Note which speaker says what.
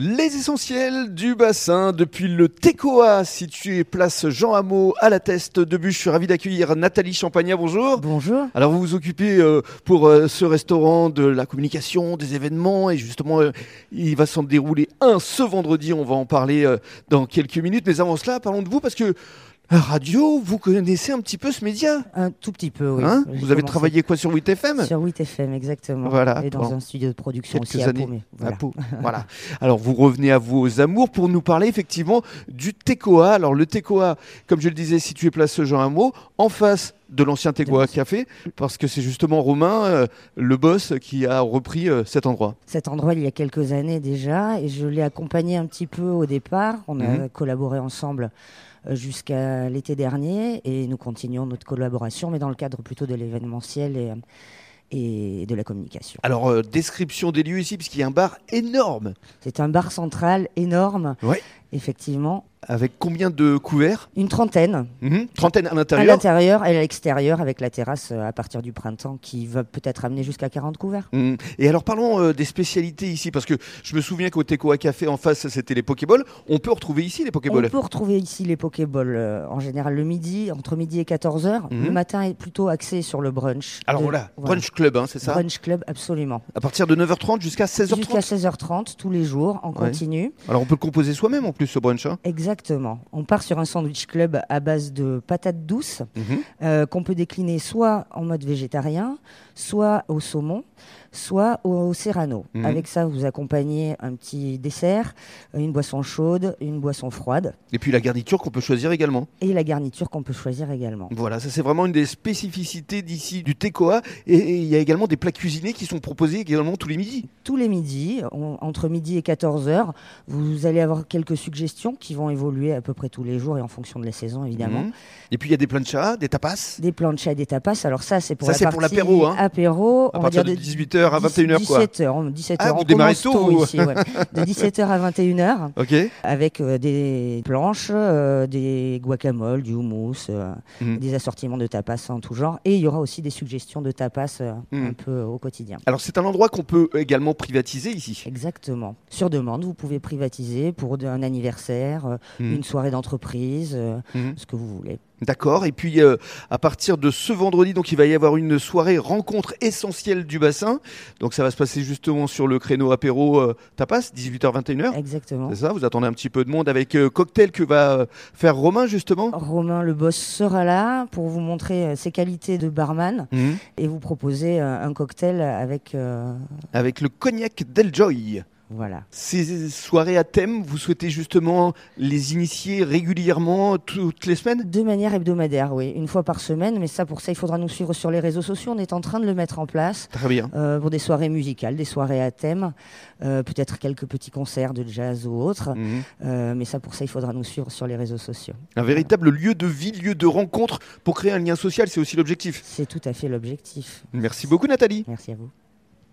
Speaker 1: Les essentiels du bassin depuis le Tecoa, situé place Jean Hameau à la Teste de Bûche. Je suis ravi d'accueillir Nathalie Champagnat. Bonjour.
Speaker 2: Bonjour.
Speaker 1: Alors, vous vous occupez euh, pour euh, ce restaurant de la communication, des événements, et justement, euh, il va s'en dérouler un ce vendredi. On va en parler euh, dans quelques minutes. Mais avant cela, parlons de vous parce que la radio, vous connaissez un petit peu ce média.
Speaker 2: Un tout petit peu, oui.
Speaker 1: hein
Speaker 2: J'ai
Speaker 1: vous avez
Speaker 2: commencé
Speaker 1: travaillé quoi sur 8FM
Speaker 2: sur 8FM, exactement.
Speaker 1: Voilà,
Speaker 2: Et dans
Speaker 1: pendant
Speaker 2: un studio de production
Speaker 1: quelques
Speaker 2: aussi à
Speaker 1: années.
Speaker 2: Pau, mais
Speaker 1: La
Speaker 2: voilà.
Speaker 1: peau. voilà. Alors, vous revenez à vos amours pour nous parler effectivement du Tecoa. Alors, le Tecoa, comme je le disais, situé place Jean Hameau, en face de l'ancien Tecoa Café, parce que c'est justement Romain, euh, le boss, qui a repris euh, cet endroit.
Speaker 2: Cet endroit, il y a quelques années déjà, et je l'ai accompagné un petit peu au départ. On a
Speaker 1: Mhm.
Speaker 2: collaboré ensemble euh, jusqu'à l'été dernier, et nous continuons notre collaboration, mais dans le cadre plutôt de l'événementiel et, euh, et de la communication.
Speaker 1: Alors, euh, description des lieux ici, puisqu'il y a un bar énorme.
Speaker 2: C'est un bar central énorme,
Speaker 1: Ouais.
Speaker 2: effectivement.
Speaker 1: Avec combien de couverts
Speaker 2: Une trentaine,
Speaker 1: Mhm. Trentaine à
Speaker 2: à
Speaker 1: l'intérieur.
Speaker 2: l'intérieur et à l'extérieur, avec la terrasse euh, à partir du printemps, qui va peut-être amener jusqu'à 40 couverts.
Speaker 1: Mhm. Et alors parlons euh, des spécialités ici, parce que je me souviens qu'au Tecoa Café en face c'était les Pokéballs. On peut retrouver ici les
Speaker 2: On
Speaker 1: Pokéballs.
Speaker 2: peut retrouver ici les Pokéballs euh, en général le midi, entre midi et 14h.
Speaker 1: Mhm.
Speaker 2: Le matin est plutôt axé sur le brunch.
Speaker 1: Alors
Speaker 2: De-
Speaker 1: voilà,
Speaker 2: voilà.
Speaker 1: Brunch Club, hein, c'est ça
Speaker 2: Brunch Club, absolument.
Speaker 1: À partir de 9h30 jusqu'à 16h30.
Speaker 2: Jusqu'à 16h30 tous les jours, en
Speaker 1: Ouais.
Speaker 2: continu.
Speaker 1: Alors on peut le composer soi-même en plus ce brunch. hein.
Speaker 2: Exactement. On part sur un sandwich club à base de patates douces euh, qu'on peut décliner soit en mode végétarien, soit au saumon, soit au, au serrano.
Speaker 1: Mhm.
Speaker 2: Avec ça, vous accompagnez un petit dessert, une boisson chaude, une boisson froide
Speaker 1: Et puis la garniture qu'on peut choisir également.
Speaker 2: et la garniture qu'on peut choisir également.
Speaker 1: Voilà, ça c'est vraiment une des spécificités d'ici du Tecoa. Et et il y a également des plats cuisinés qui sont proposés également tous les midis.
Speaker 2: tous les midis, on- entre midi et 14h. Vous allez avoir quelques suggestions qui vont évoluer à peu près tous les jours et en fonction de la saison, évidemment.
Speaker 1: Mhm. Et puis il y a des planchas, des tapas.
Speaker 2: Des planchas et des tapas. Alors, ça, c'est pour
Speaker 1: Ça,
Speaker 2: la
Speaker 1: c'est pour
Speaker 2: partie
Speaker 1: l'apéro, hein.
Speaker 2: apéro,
Speaker 1: À
Speaker 2: on va
Speaker 1: partir
Speaker 2: dire
Speaker 1: de 18h à 21h quoi.
Speaker 2: 17h, 17
Speaker 1: Ah,
Speaker 2: heures,
Speaker 1: vous
Speaker 2: on
Speaker 1: démarrez
Speaker 2: commence
Speaker 1: tôt,
Speaker 2: tôt
Speaker 1: vous.
Speaker 2: ici, ouais. de 17h à 21h
Speaker 1: Ok.
Speaker 2: avec euh, des planches, euh, des guacamoles, du houmous, euh,
Speaker 1: Mhm.
Speaker 2: des assortiments de tapas en tout genre et il y aura aussi des suggestions de tapas euh,
Speaker 1: Mhm.
Speaker 2: un peu euh, au quotidien.
Speaker 1: Alors c'est un endroit qu'on peut également privatiser ici.
Speaker 2: Exactement. Sur demande, vous pouvez privatiser pour de- un anniversaire, euh,
Speaker 1: Mhm.
Speaker 2: une soirée d'entreprise, euh,
Speaker 1: Mhm.
Speaker 2: ce que vous voulez.
Speaker 1: D'accord. Et puis euh, à partir de ce vendredi, donc il va y avoir une soirée rencontre essentielle du bassin. Donc ça va se passer justement sur le créneau apéro euh, tapas 18h-21h.
Speaker 2: Exactement.
Speaker 1: C'est ça, vous attendez un petit peu de monde avec euh, cocktail que va euh, faire Romain justement.
Speaker 2: Romain Le Boss sera là pour vous montrer euh, ses qualités de barman
Speaker 1: Mhm.
Speaker 2: et vous proposer euh, un cocktail avec euh,
Speaker 1: Avec le cognac Del Joy.
Speaker 2: voilà.
Speaker 1: Ces soirées à thème, vous souhaitez justement les initier régulièrement toutes les semaines
Speaker 2: De manière hebdomadaire, oui, une fois par semaine, mais ça pour ça il faudra nous suivre sur les réseaux sociaux. On est en train de le mettre en place
Speaker 1: Très bien.
Speaker 2: euh, pour des soirées musicales, des soirées à thème, euh, peut-être quelques petits concerts de jazz ou autres.
Speaker 1: Mhm.
Speaker 2: Euh, mais ça pour ça il faudra nous suivre sur les réseaux sociaux.
Speaker 1: Un véritable lieu de vie, lieu de rencontre pour créer un lien social, c'est aussi l'objectif.
Speaker 2: C'est tout à fait l'objectif.
Speaker 1: Merci beaucoup Nathalie.
Speaker 2: Merci à vous.